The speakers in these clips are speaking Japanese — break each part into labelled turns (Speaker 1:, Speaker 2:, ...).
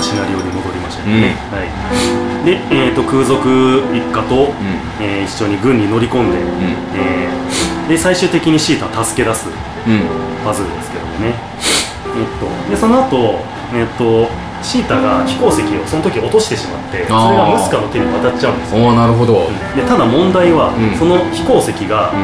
Speaker 1: シナリオに戻りましたけ
Speaker 2: う
Speaker 1: ど
Speaker 2: ん
Speaker 1: ね、はい、で、えー、と空賊一家と、えー一緒に軍に乗り込んで、えーで最終的にシータを助け出す
Speaker 2: うんうん
Speaker 1: パズルですけどもね、えっと、でその後、えっとシータが飛行石をその時落としてしまってそれ
Speaker 2: あー
Speaker 1: がムスカの手に渡っちゃうんですよ
Speaker 2: おおなるほど
Speaker 1: でただ問題は、
Speaker 2: うん
Speaker 1: その飛行石が、
Speaker 2: う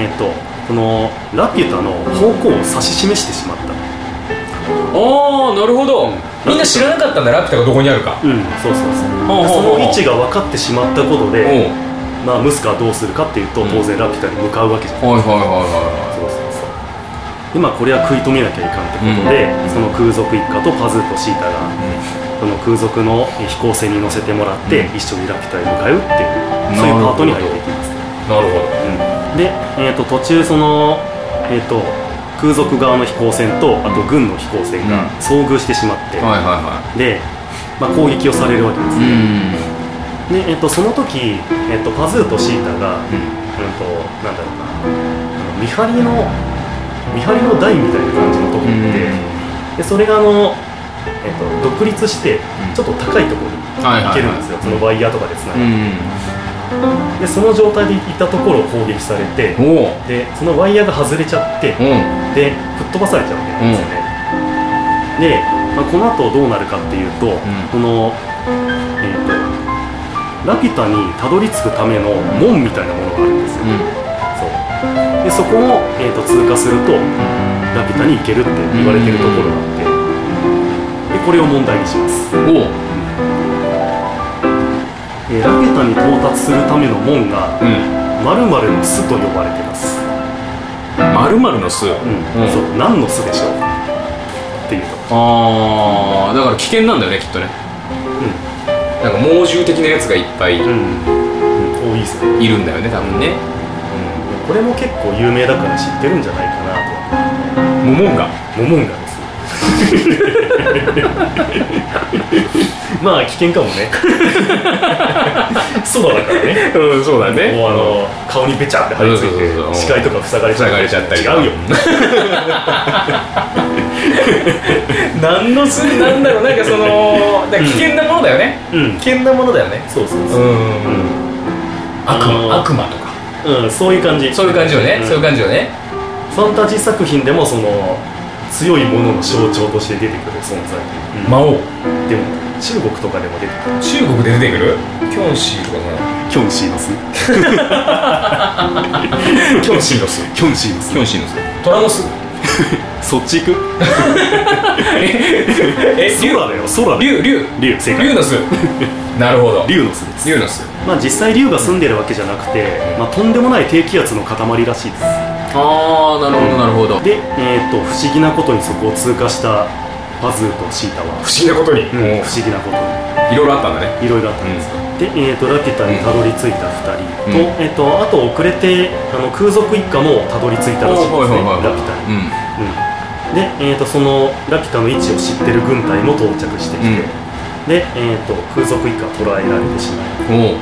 Speaker 1: えっとこのラピュタの方向を指し示してしまった
Speaker 2: んおおなるほどみんな知らなかったんだラピュタがどこにあるか
Speaker 1: うんそうそうそう
Speaker 2: ほうほうほう
Speaker 1: その位置が分かってしまったこと
Speaker 2: うんはい
Speaker 1: で、まあ、ムスカはどうするかっていうと、
Speaker 2: うん
Speaker 1: 当然ラピュタに向かうわけじゃない
Speaker 2: はいはいは
Speaker 1: そうそうそうでまあこれは食い止めなきゃいかんってことで、
Speaker 2: うん
Speaker 1: その空賊一家とパズーとシータが
Speaker 2: いは
Speaker 1: その空賊の飛行船に乗せてもらって、一緒にラピュタへ向かうっていう
Speaker 2: い
Speaker 1: そういうパートに入っていきます、
Speaker 2: いなるほ
Speaker 1: うん
Speaker 2: ど
Speaker 1: で、えー、と途中その、えー、と空賊側の飛行船とあと軍の飛行船が
Speaker 2: うん
Speaker 1: 遭遇してしまって、
Speaker 2: はいは
Speaker 1: で、まあ、攻撃をされるわけで
Speaker 2: いはい
Speaker 1: す、で、えー、とその時、えー、とパズーとシータが、うん、となんだろうなあの見張りの見張りの台みたいな感じのとこ
Speaker 2: う
Speaker 1: に
Speaker 2: ん
Speaker 1: いて、でそれがあの、えー、と独立して
Speaker 2: うん
Speaker 1: ちょっと高いところに
Speaker 2: はいはい
Speaker 1: 行けるんですよ、そのワイヤーとかでつな
Speaker 2: う
Speaker 1: がって、
Speaker 2: ん
Speaker 1: でその状態でいたところを攻撃されて
Speaker 2: おお
Speaker 1: でそのワイヤーが外れちゃって
Speaker 2: うん
Speaker 1: で吹っ飛ばされちゃうわけなんですよね、で、まあ、この後どうなるかっていうと、このえっ、とラピュタにたどり着くための門みたいなものがあるんですよ、そうでそこを、えー、と通過するとラピュタに行けるって言われてるところがあってでこれを問題にします
Speaker 2: うんおお
Speaker 1: えーラピュタに到達するための門が
Speaker 2: うん
Speaker 1: 〇〇の巣と呼ばれてます、
Speaker 2: まるまるの巣うん
Speaker 1: うんそう何の巣でしょうっていうと、
Speaker 2: ああだから危険なんだよねきっとねなんか猛獣的なやつがいっぱい
Speaker 1: うんうん多いですね
Speaker 2: いるんだよね多分ね
Speaker 1: これも結構有名だから知ってるんじゃないかな
Speaker 2: モモンガ
Speaker 1: とモモンガ ですまあ危険かも ねそばだからね
Speaker 2: うんそうだ
Speaker 1: もうあの顔にべちゃって張り付い
Speaker 2: そうそうそう
Speaker 1: て視界とか塞がれちゃっ
Speaker 2: 塞
Speaker 1: た
Speaker 2: がれちゃったりとか
Speaker 1: 違うよ
Speaker 2: 何の巣なんだろうなんかそのなんか危険なものだよね
Speaker 1: うん
Speaker 2: 危険なものだよね
Speaker 1: そうそう
Speaker 2: う
Speaker 1: そう、
Speaker 2: ん悪
Speaker 1: あのー
Speaker 2: 魔悪魔とか
Speaker 1: うん、そういう感じ
Speaker 2: そういう感じよね
Speaker 1: ん
Speaker 2: そういう感じよね
Speaker 1: ファンタジー作品でもその強いものの象徴として出てくる存在、
Speaker 2: 魔王
Speaker 1: でも中国とかでも出てくる
Speaker 2: 中国で出てくるキョンシーとか
Speaker 1: キョンシーの巣
Speaker 2: なキョンシーの巣
Speaker 1: キョンシーの
Speaker 2: キョンシーの巣トラの 巣
Speaker 1: 巣そっち行く
Speaker 2: え
Speaker 1: 空だよ空だよ
Speaker 2: 竜竜
Speaker 1: 竜正解
Speaker 2: 竜の 巣なるほど
Speaker 1: 竜の巣です
Speaker 2: 竜の巣
Speaker 1: まあ実際竜が住んでるわけじゃなくて、まあ、とんでもない低気圧の塊らしいです
Speaker 2: ああなるほどなるほど
Speaker 1: で、えー、と不思議なことにそこを通過したパズーとシータは、
Speaker 2: 不思議なことに
Speaker 1: うん不
Speaker 2: も
Speaker 1: 思議なこと
Speaker 2: ういろいろあったんだね
Speaker 1: にいろいろあったんです、で、えー、とラピュタにたどり着いた2人と,、
Speaker 2: うん
Speaker 1: えー、とあと遅れてあの空賊一家もたどり着いたらしいんですね
Speaker 2: おーはいはいはいはい
Speaker 1: ラピュタにう
Speaker 2: うん
Speaker 1: ん、で、えー、とそのラピュタの位置を知ってる軍隊も到着してきて、
Speaker 2: うん
Speaker 1: で、えー、と空賊一家捕らえられてしまう、
Speaker 2: おう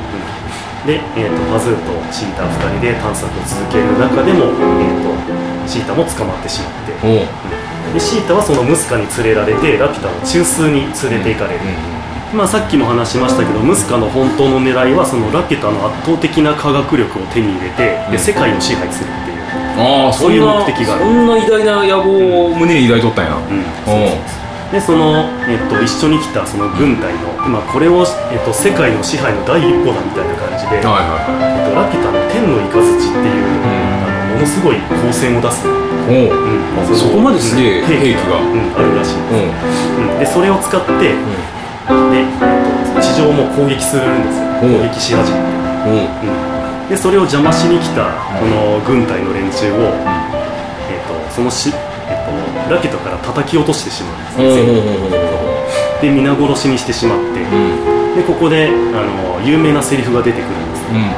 Speaker 1: で、えー、とパズーとシータ2人で探索を続ける中でも、えー、とシータも捕まってしまって
Speaker 2: おう
Speaker 1: でシータはそのムスカに連れられてラピュタの中枢に連れて行かれる、まあ、さっきも話しましたけどムスカの本当の狙いはそのラピュタの圧倒的な科学力を手に入れて
Speaker 2: う
Speaker 1: で
Speaker 2: ん
Speaker 1: 世界を支配するっていう、
Speaker 2: ああ
Speaker 1: そういう目的がある
Speaker 2: そんな偉大な野望を胸に抱いとったんや
Speaker 1: うん
Speaker 2: おう
Speaker 1: でその、えっと、一緒に来たその軍隊の、まあ、これを、えっと、世界の支配の第一歩だみたいな感じで、
Speaker 2: はいは
Speaker 1: えっと、ラピュタの天の雷っていう、
Speaker 2: ん
Speaker 1: あのものすごい光線を出す、うん
Speaker 2: いはいおう
Speaker 1: の
Speaker 2: そこまですげ
Speaker 1: う
Speaker 2: え
Speaker 1: ん
Speaker 2: 兵器が
Speaker 1: う
Speaker 2: うん
Speaker 1: ん、あるらしい、うん、でそれを使ってで、えっと、地上も攻撃するんですよ
Speaker 2: おう
Speaker 1: 攻撃し始めて、
Speaker 2: おう
Speaker 1: うん、でそれを邪魔しに来たこの軍隊の連中を、えっと、そのし、えっと、ラピュタから叩き落としてしまうんですね全部で皆殺しにしてしまって、でここであの有名なセリフが出てくるんですね、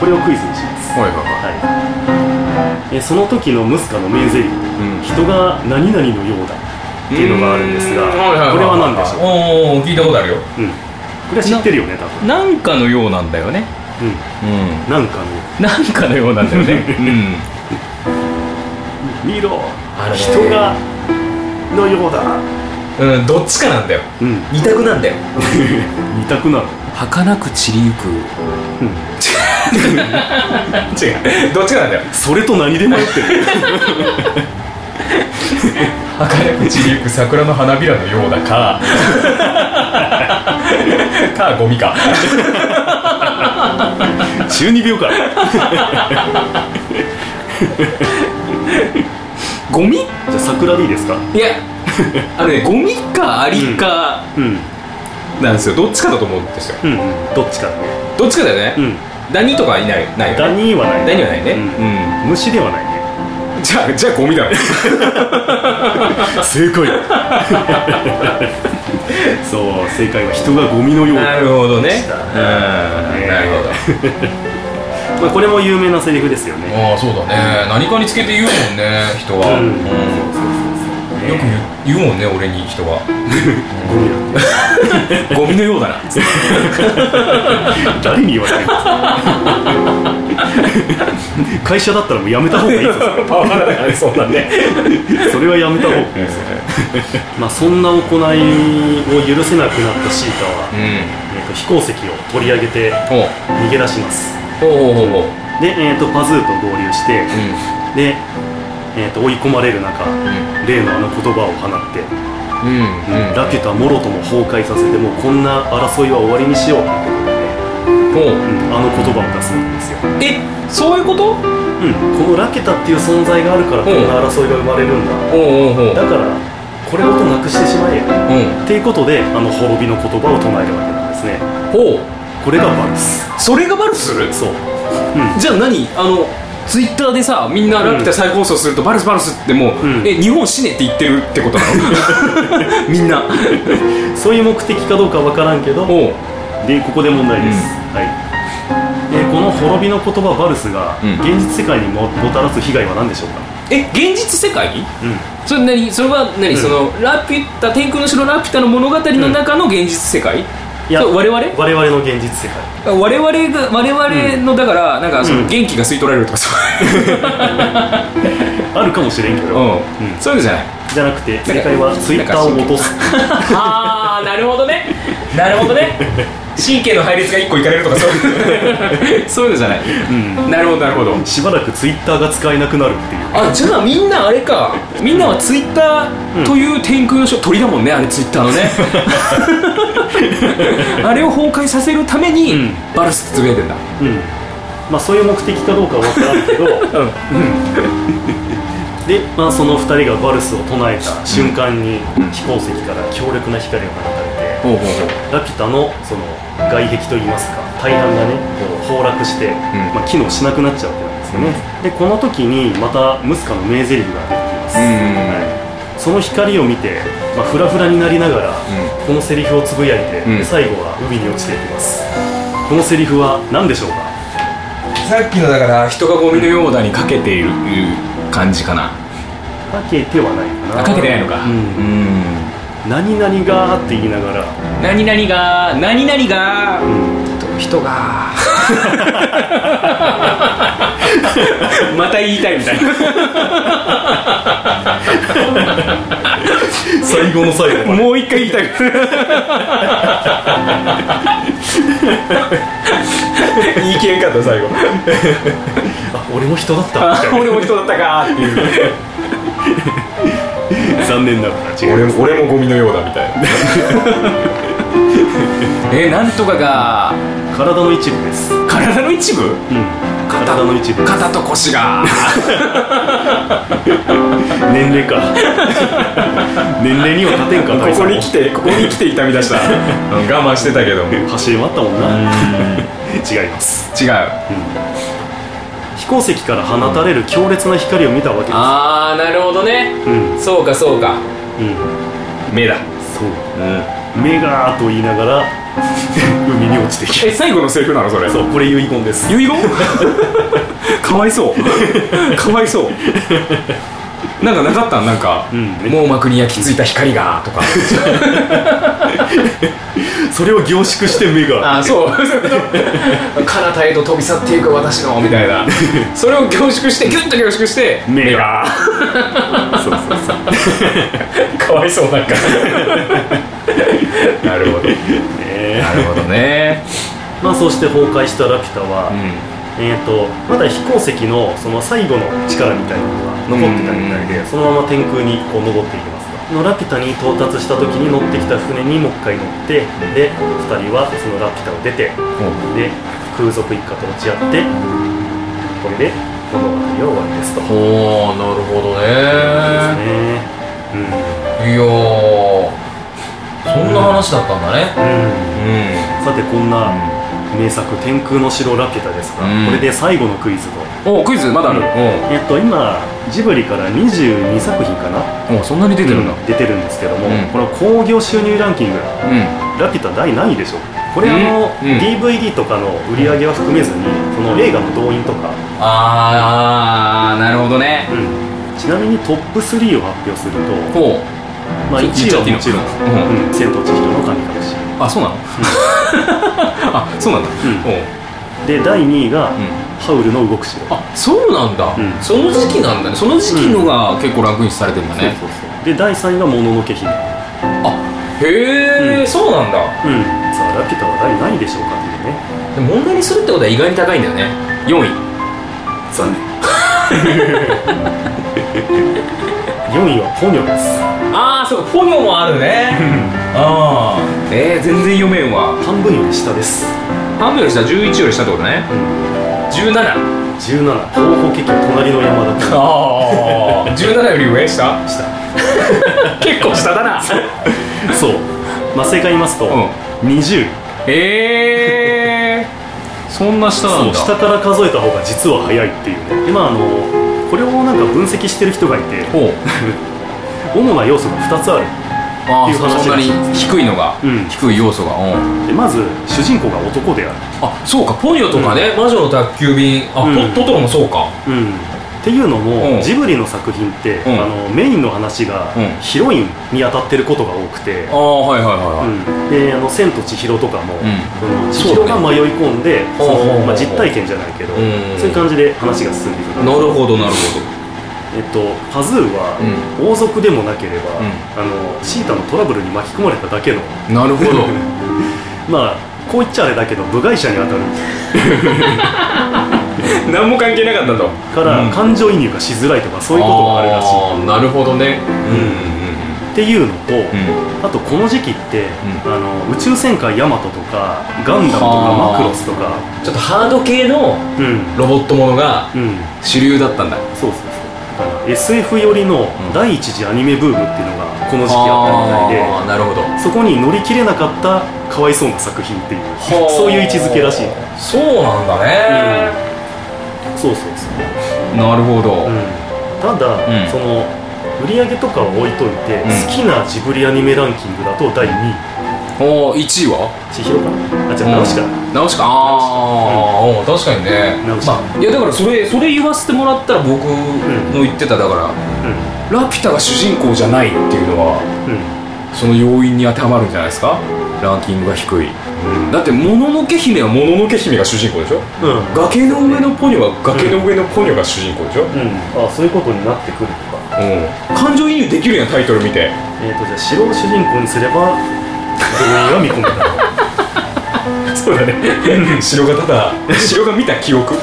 Speaker 1: これをクイズにします、
Speaker 2: はいはいは
Speaker 1: はい、えその時のムスカの名ゼリフ
Speaker 2: いうん
Speaker 1: 人が何々のようだっていうのがあるんですが
Speaker 2: うーんはいはいはいはい
Speaker 1: これは何でしょ
Speaker 2: おうおう聞いたことあるよ
Speaker 1: う、うん、これは知ってるよね多分
Speaker 2: なんかのようなんだよね
Speaker 1: う
Speaker 2: うん
Speaker 1: なんかね
Speaker 2: んなんかのようなんだよねうん
Speaker 1: 見ろ
Speaker 2: あれね
Speaker 1: 人がのようだ
Speaker 2: うんどっちかなんだよ
Speaker 1: うん
Speaker 2: 二択なんだよ
Speaker 1: 二択なの
Speaker 3: 儚く散りゆく
Speaker 2: 違うどっちかなんだよ
Speaker 1: それと何で迷って る
Speaker 2: 儚く散りゆく桜の花びらのようだかかゴミか
Speaker 1: 12秒間じ
Speaker 2: ゴミ
Speaker 1: ゃあ桜でいいですか
Speaker 2: いやあのねゴミかアリか
Speaker 1: うん
Speaker 2: なんですよどっちかだと思うんですよ
Speaker 1: うんどっちかだね
Speaker 2: どっちかだよ
Speaker 1: う
Speaker 2: ね、
Speaker 1: ん
Speaker 2: ダニとかいないないよ
Speaker 1: ダ
Speaker 2: ね
Speaker 1: ニはない
Speaker 2: ダニはないね
Speaker 1: うん虫ではないね
Speaker 2: うんじゃあじゃあゴミだね
Speaker 1: 正解 そう正解は人がゴミのよう
Speaker 2: な
Speaker 1: だ
Speaker 2: るほどね
Speaker 1: した
Speaker 2: うんなるほど
Speaker 1: まあ、これも有名なセリフですよね
Speaker 2: ああそうだね何かにつけて言うもんね人は、
Speaker 1: うん
Speaker 2: うんよく言う言うもんね俺に人は
Speaker 1: ゴミだ
Speaker 2: ゴミのようだな
Speaker 1: 誰に言われてる んですか会社だったらもうやめた方がいいぞ
Speaker 2: パワハラだからね そんなんね
Speaker 1: それはやめた方がいいです まあそんな行いを許せなくなったシータは、
Speaker 2: う
Speaker 1: えー、と飛行石を取り上げて
Speaker 2: ん
Speaker 1: 逃げ出します
Speaker 2: ほうほうほうほう
Speaker 1: で、えー、とパズーと合流して、で、えー、と追い込まれる中例のあの言葉を放って、
Speaker 2: うんうんうん
Speaker 1: ラピュタもろとも崩壊させてもうこんな争いは終わりにしようということでね、
Speaker 2: ほ
Speaker 1: う、
Speaker 2: うん
Speaker 1: あの言葉を出すんですよ、
Speaker 2: えそういうこと
Speaker 1: うん、このラケタっていう存在があるからこんな争いが生まれるんだ、
Speaker 2: ほうほうほう
Speaker 1: だからこれごとなくしてしまえっ
Speaker 2: うん
Speaker 1: ていうことであの滅びの言葉を唱えるわけなんですね
Speaker 2: ほ
Speaker 1: これがバルス
Speaker 2: うそれがバルス
Speaker 1: そう、
Speaker 2: じゃあ何あのツイッターでさみんなラピュタ再放送するとバルスバルスってもう、
Speaker 1: うん
Speaker 2: え日本死ねって言ってるってことな のみん
Speaker 1: う
Speaker 2: な
Speaker 1: ん、そういう目的かどうかわからんけど
Speaker 2: ほう
Speaker 1: でここで問題です、はいえーこの滅びの言葉バルスが
Speaker 2: うん
Speaker 1: 現実世界にももたらす被害は何でしょうか、
Speaker 2: え現実世界
Speaker 1: うん
Speaker 2: それ何それは何、
Speaker 1: ん
Speaker 2: そのラピュタ天空の城ラピュタの物語の中の現実世界、
Speaker 1: いや
Speaker 2: そう我々
Speaker 1: 我々の現実世界
Speaker 2: 我々が我々のだから、なんかそうの
Speaker 1: ん
Speaker 2: 元気が吸い取られるとかそう
Speaker 1: あるかもしれんけど、
Speaker 2: うんそういうのじゃない
Speaker 1: じゃなくて正解はツイッターを落とす
Speaker 2: ああなるほどねなるほどね神経の配列が1個いかれるとかそういうそういうのじゃない、なるほどなるほど
Speaker 1: しばらくツイッターが使えなくなるっていう
Speaker 2: あじゃあみんなあれかみんなはツイッターという天空の城、鳥だもんねあれツイッターのね あれを崩壊させるために、
Speaker 1: うん
Speaker 2: バルスってつぶやいてんだ
Speaker 1: うんまあそういう目的かどうかは分からんけど、で、まあ、その2人がバルスを唱えた瞬間に飛行石から強力な光が放たれて、
Speaker 2: ほうほうほう
Speaker 1: ラピュタのその外壁といいますか大半がねこう崩落して、まあ、機能しなくなっちゃうわけなんですよね、でこの時にまたムスカの名台詞が出てきます、はい、その光を見て、まあ、フラフラになりながら、このセリフをつぶやいて、
Speaker 2: うん
Speaker 1: 最後は海に落ちていきますこのセリフは何でしょうか
Speaker 2: さっきのだから人がゴミのようだにかけている感じかな
Speaker 1: かけてはないかな
Speaker 2: あかけてないのか
Speaker 1: うん何々がーって言いながら、
Speaker 2: 何々が何々が
Speaker 1: うん
Speaker 2: 人 がまた言いたいみたいな
Speaker 1: 最後の最後まで
Speaker 2: もう一回言いたい言い切れんかった最後
Speaker 1: あ俺も人だったみ
Speaker 2: あ
Speaker 1: たい
Speaker 2: 俺も人だったかーっていう
Speaker 1: な残念ながら違う
Speaker 2: も俺もゴミのようだみたいなえなんとかが
Speaker 1: 体の一部です、うん、
Speaker 2: 体の一部
Speaker 1: 体の一部
Speaker 2: 肩と腰が
Speaker 1: 年齢か年齢には勝てんか大佐も
Speaker 2: てここに来て痛み出した 我慢してたけど違う
Speaker 1: 走り回ったもんな違います飛行石から放たれる強烈な光を見たわけで
Speaker 2: ああなるほどね
Speaker 1: すうん
Speaker 2: そうかそうか
Speaker 1: うん
Speaker 2: 目だ
Speaker 1: そう目がーと言いながら 海に落ちてき
Speaker 2: え最後のセリフなのそれ
Speaker 1: たそうこれ遺言です
Speaker 2: 遺 言かわいそうかわいそうなんかなかったんなんか、
Speaker 1: うん
Speaker 2: 網膜に焼き付いた光がとか
Speaker 1: それを凝縮して目が
Speaker 2: あ そう彼方へと飛び去っていく私のみたいなそれを凝縮してギュッと凝縮 して
Speaker 1: 目がそうそう
Speaker 2: そうかわいそうなん かなるほど、ね、なるほどね
Speaker 1: まあそうして崩壊したラピュタは、うん、えーと、とまだ飛行石のその最後の力みたいなのが残ってたみたいで、うん、そのまま天空にこう登っていきますのラピュタに到達した時に乗ってきた船にもう一回乗ってで2人はそのラピュタを出てで空賊一家と落ち合ってこれで物語は終わりですと
Speaker 2: おおなるほどねですね、うん、いやそんな話だったんだね、
Speaker 1: うん、うん、さてこんな名作「天空の城ラピュタ」ですが、うん、これで最後のクイズ
Speaker 2: をおクイズまだある、
Speaker 1: えっと今ジブリから22作品かな
Speaker 2: おそんなに出てるんだ、
Speaker 1: うん、出てるんですけども、うん、この興行収入ランキング、うん、ラピュタ第何位でしょうこれあの、DVD とかの売り上げは含めずにその映画の動員とか
Speaker 2: ああなるほどね、
Speaker 1: ちなみにトップ3を発表するとまあ、1位はもちろん「千と千尋の神隠し」
Speaker 2: あそうなの、 あそうなんだ、
Speaker 1: で第2位が、ハウルの動く城
Speaker 2: あそうなんだ、その時期なんだねその時期のが結構ランクインされてるんだね、
Speaker 1: で第3位が「もののけ姫」
Speaker 2: あへえ、そうなんだ
Speaker 1: うんさあラピュタは第何位でしょうか
Speaker 2: っていうね問題にするってことは意外に高いんだよね4位
Speaker 1: 残 念4位はポニョです
Speaker 2: ああそうポニョもあるねああえー、全然読めんわ
Speaker 1: 半分より下です
Speaker 2: 半分より下11より下ってことね、うん、17
Speaker 1: 17東方劇隣の山だった
Speaker 2: ああ17より上下
Speaker 1: 下
Speaker 2: 結構下だな
Speaker 1: そうまあ正解言いますと、うん、20
Speaker 2: ええー、そんな下なんだ
Speaker 1: 下から数えた方が実は早いっていうねでまああのこれをなんか分析してる人がいて主な要素が2つあるっていう話
Speaker 2: そんなに低いのが、低い要素が、
Speaker 1: でまず主人公が男である
Speaker 2: あそうかポニョとかね、魔女の宅急便あ、トトロもそうかうん
Speaker 1: っていうのも、ジブリの作品って、あのメインの話が、ヒロインに当たってることが多くて、
Speaker 2: ああはいはいはい
Speaker 1: であの「千と千尋」とかも、うん、千尋が迷い込んでそ、のまあ、実体験じゃないけど、そういう感じで話が進んでいく
Speaker 2: なるほどなるほど
Speaker 1: えっと、パズーは王族でもなければ、うん、あのシータのトラブルに巻き込まれただ けの
Speaker 2: なるほど
Speaker 1: まあこう言っちゃあれだけど部外者に当たる
Speaker 2: 何も関係なかったと
Speaker 1: から、うん、感情移入がしづらいとかそういうことがあるらし
Speaker 2: いなるほどねうん
Speaker 1: っていうのと、うん、あとこの時期って、うん、あの宇宙戦艦ヤマトとかガンダムとかマクロスとか
Speaker 2: ちょっとハード系のロボットものが主流だったんだ、
Speaker 1: そうそうそう SF 寄りの第一次アニメブームっていうのがこの時期あったみたいで、うん、
Speaker 2: なるほど
Speaker 1: そこに乗り切れなかったかわいそうな作品っていうそういう位置づけらしい
Speaker 2: そうなんだね、
Speaker 1: うん、そうそうそう
Speaker 2: なるほ
Speaker 1: う
Speaker 2: ど、
Speaker 1: ん、ただ、その売り上げとかは置いといて、好きなジブリアニメランキングだと第2
Speaker 2: 位おお1位は
Speaker 1: 千尋かなあじゃあ直しか、
Speaker 2: 直しかああ、うん、確かにね直し、まあ、いやだからそれそれ言わせてもらったら僕の言ってただから、うん、ラピュタが主人公じゃないっていうのは、うん、その要因に当てはまるんじゃないですかランキングが低い、うん、だってもののけ姫はもののけ姫が主人公でしょ、うん、崖の上のポニョは崖の上のポニョが主人公でしょ、うん
Speaker 1: あそういうことになってくるとか、
Speaker 2: うん、感情移入できるやんタイトル見て
Speaker 1: えっ、とじゃあ城を主人公にすれば動員は見込めた
Speaker 2: そう だね城がただ 城が見た記憶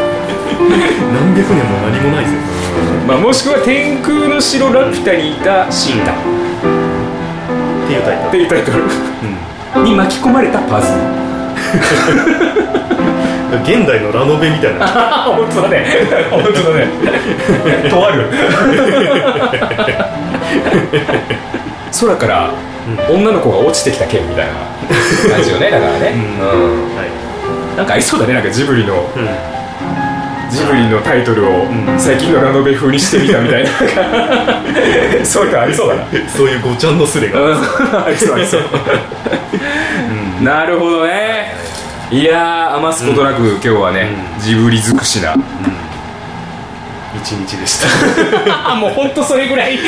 Speaker 1: 何百年も何もないぜ、
Speaker 2: まあ、もしくは「天空の城ラピュタにいたシータ」
Speaker 1: っていうタイトル
Speaker 2: っていうタイトル、うん、に巻き込まれたパズル
Speaker 1: 現代のラノベみたいな
Speaker 2: 本当だね 本当だねとある空から女の子が落ちてきた件みたいな感じよねだからね、うんはい、なんかありそうだねなんかジブリの、うん、ジブリのタイトルを最近のラノベ風にしてみたみたいな そういうのありそうだな
Speaker 1: そういうごちゃんのすれが、うん、
Speaker 2: ありそうありそう、うん、なるほどねいや余すことなく今日はね、ジブリ尽くしな、
Speaker 1: 一日でした
Speaker 2: もう本当それぐ らい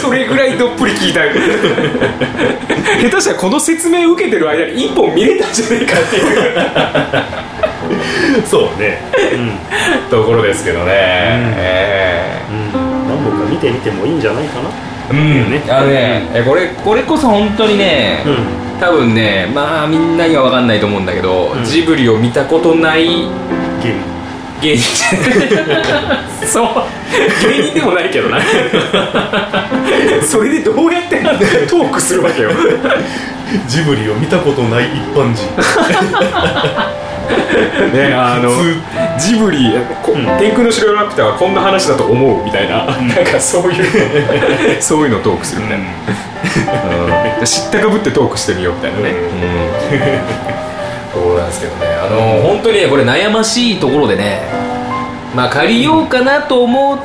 Speaker 2: それぐらいどっぷり聞いた下手したらこの説明受けてる間に一本見れたんじゃないかっていう
Speaker 1: そうね、
Speaker 2: うん、ところですけどね、うん、
Speaker 1: えー、うん、何本か見てみてもいいんじゃないか
Speaker 2: なうんねあのね、うん、これこれこそ本当にね、うん、多分ねまあみんなには分かんないと思うんだけど、ジブリを見たことない
Speaker 1: ゲーム
Speaker 2: 芸人 そう芸人でもないけど なそれでどうやってトークするわけよ
Speaker 1: ジブリを見たことない一般人
Speaker 2: ねあのジブリ「うん、天空の城ラピュタ」はこんな話だと思うみたいな、うん、なんかそう いうそういうのをトークするみたいな、うん、知ったかぶってトークしてみようみたいなね、うんところなんですけどねあのー、本当にねこれ悩ましいところでねまあ借りようかなと思う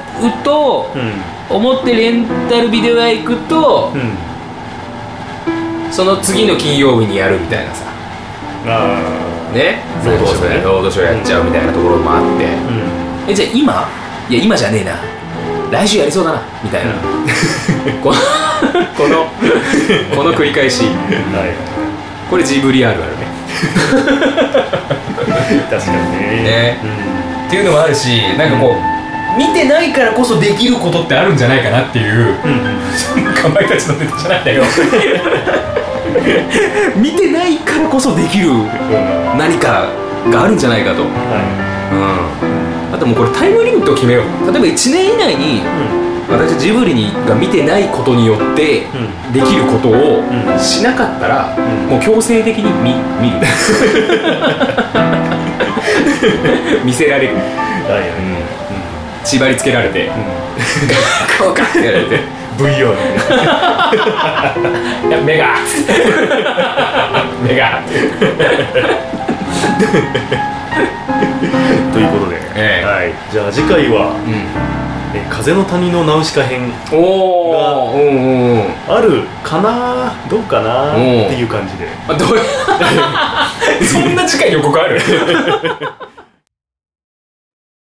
Speaker 2: と、うん、思ってレンタルビデオ屋行くと、うん、その次の金曜日にやるみたいなさあねロードショー、ね、ロードショーやっちゃうみたいなところもあって、うん、えじゃあ今いや今じゃねえな来週やりそうだなみたいな、このこの繰り返し、はい、これジブリあるあるね
Speaker 1: 確かにね、ね
Speaker 2: うん、っていうのもあるしなんかこう、うん、見てないからこそできることってあるんじゃないかなっていう、うんうん、かまいたちのネタじゃないんだけど 見てないからこそできる何かがあるんじゃないかと、うん、はい、うん、あともうこれタイムリミットを決めよう例えば1年以内に、私ジブリにが見てないことによってできることをしなかったら、もう強制的に見見 る見せられる、はい、うん、縛り付けられて、うん、こうかってやられて
Speaker 1: VR
Speaker 2: 目が目が
Speaker 1: ということで、ええ、はい、じゃあ次回は、うんえ「風の谷のナウシカ編」があるかなどうかなっていう感じで
Speaker 2: あどうそんな次回予告ある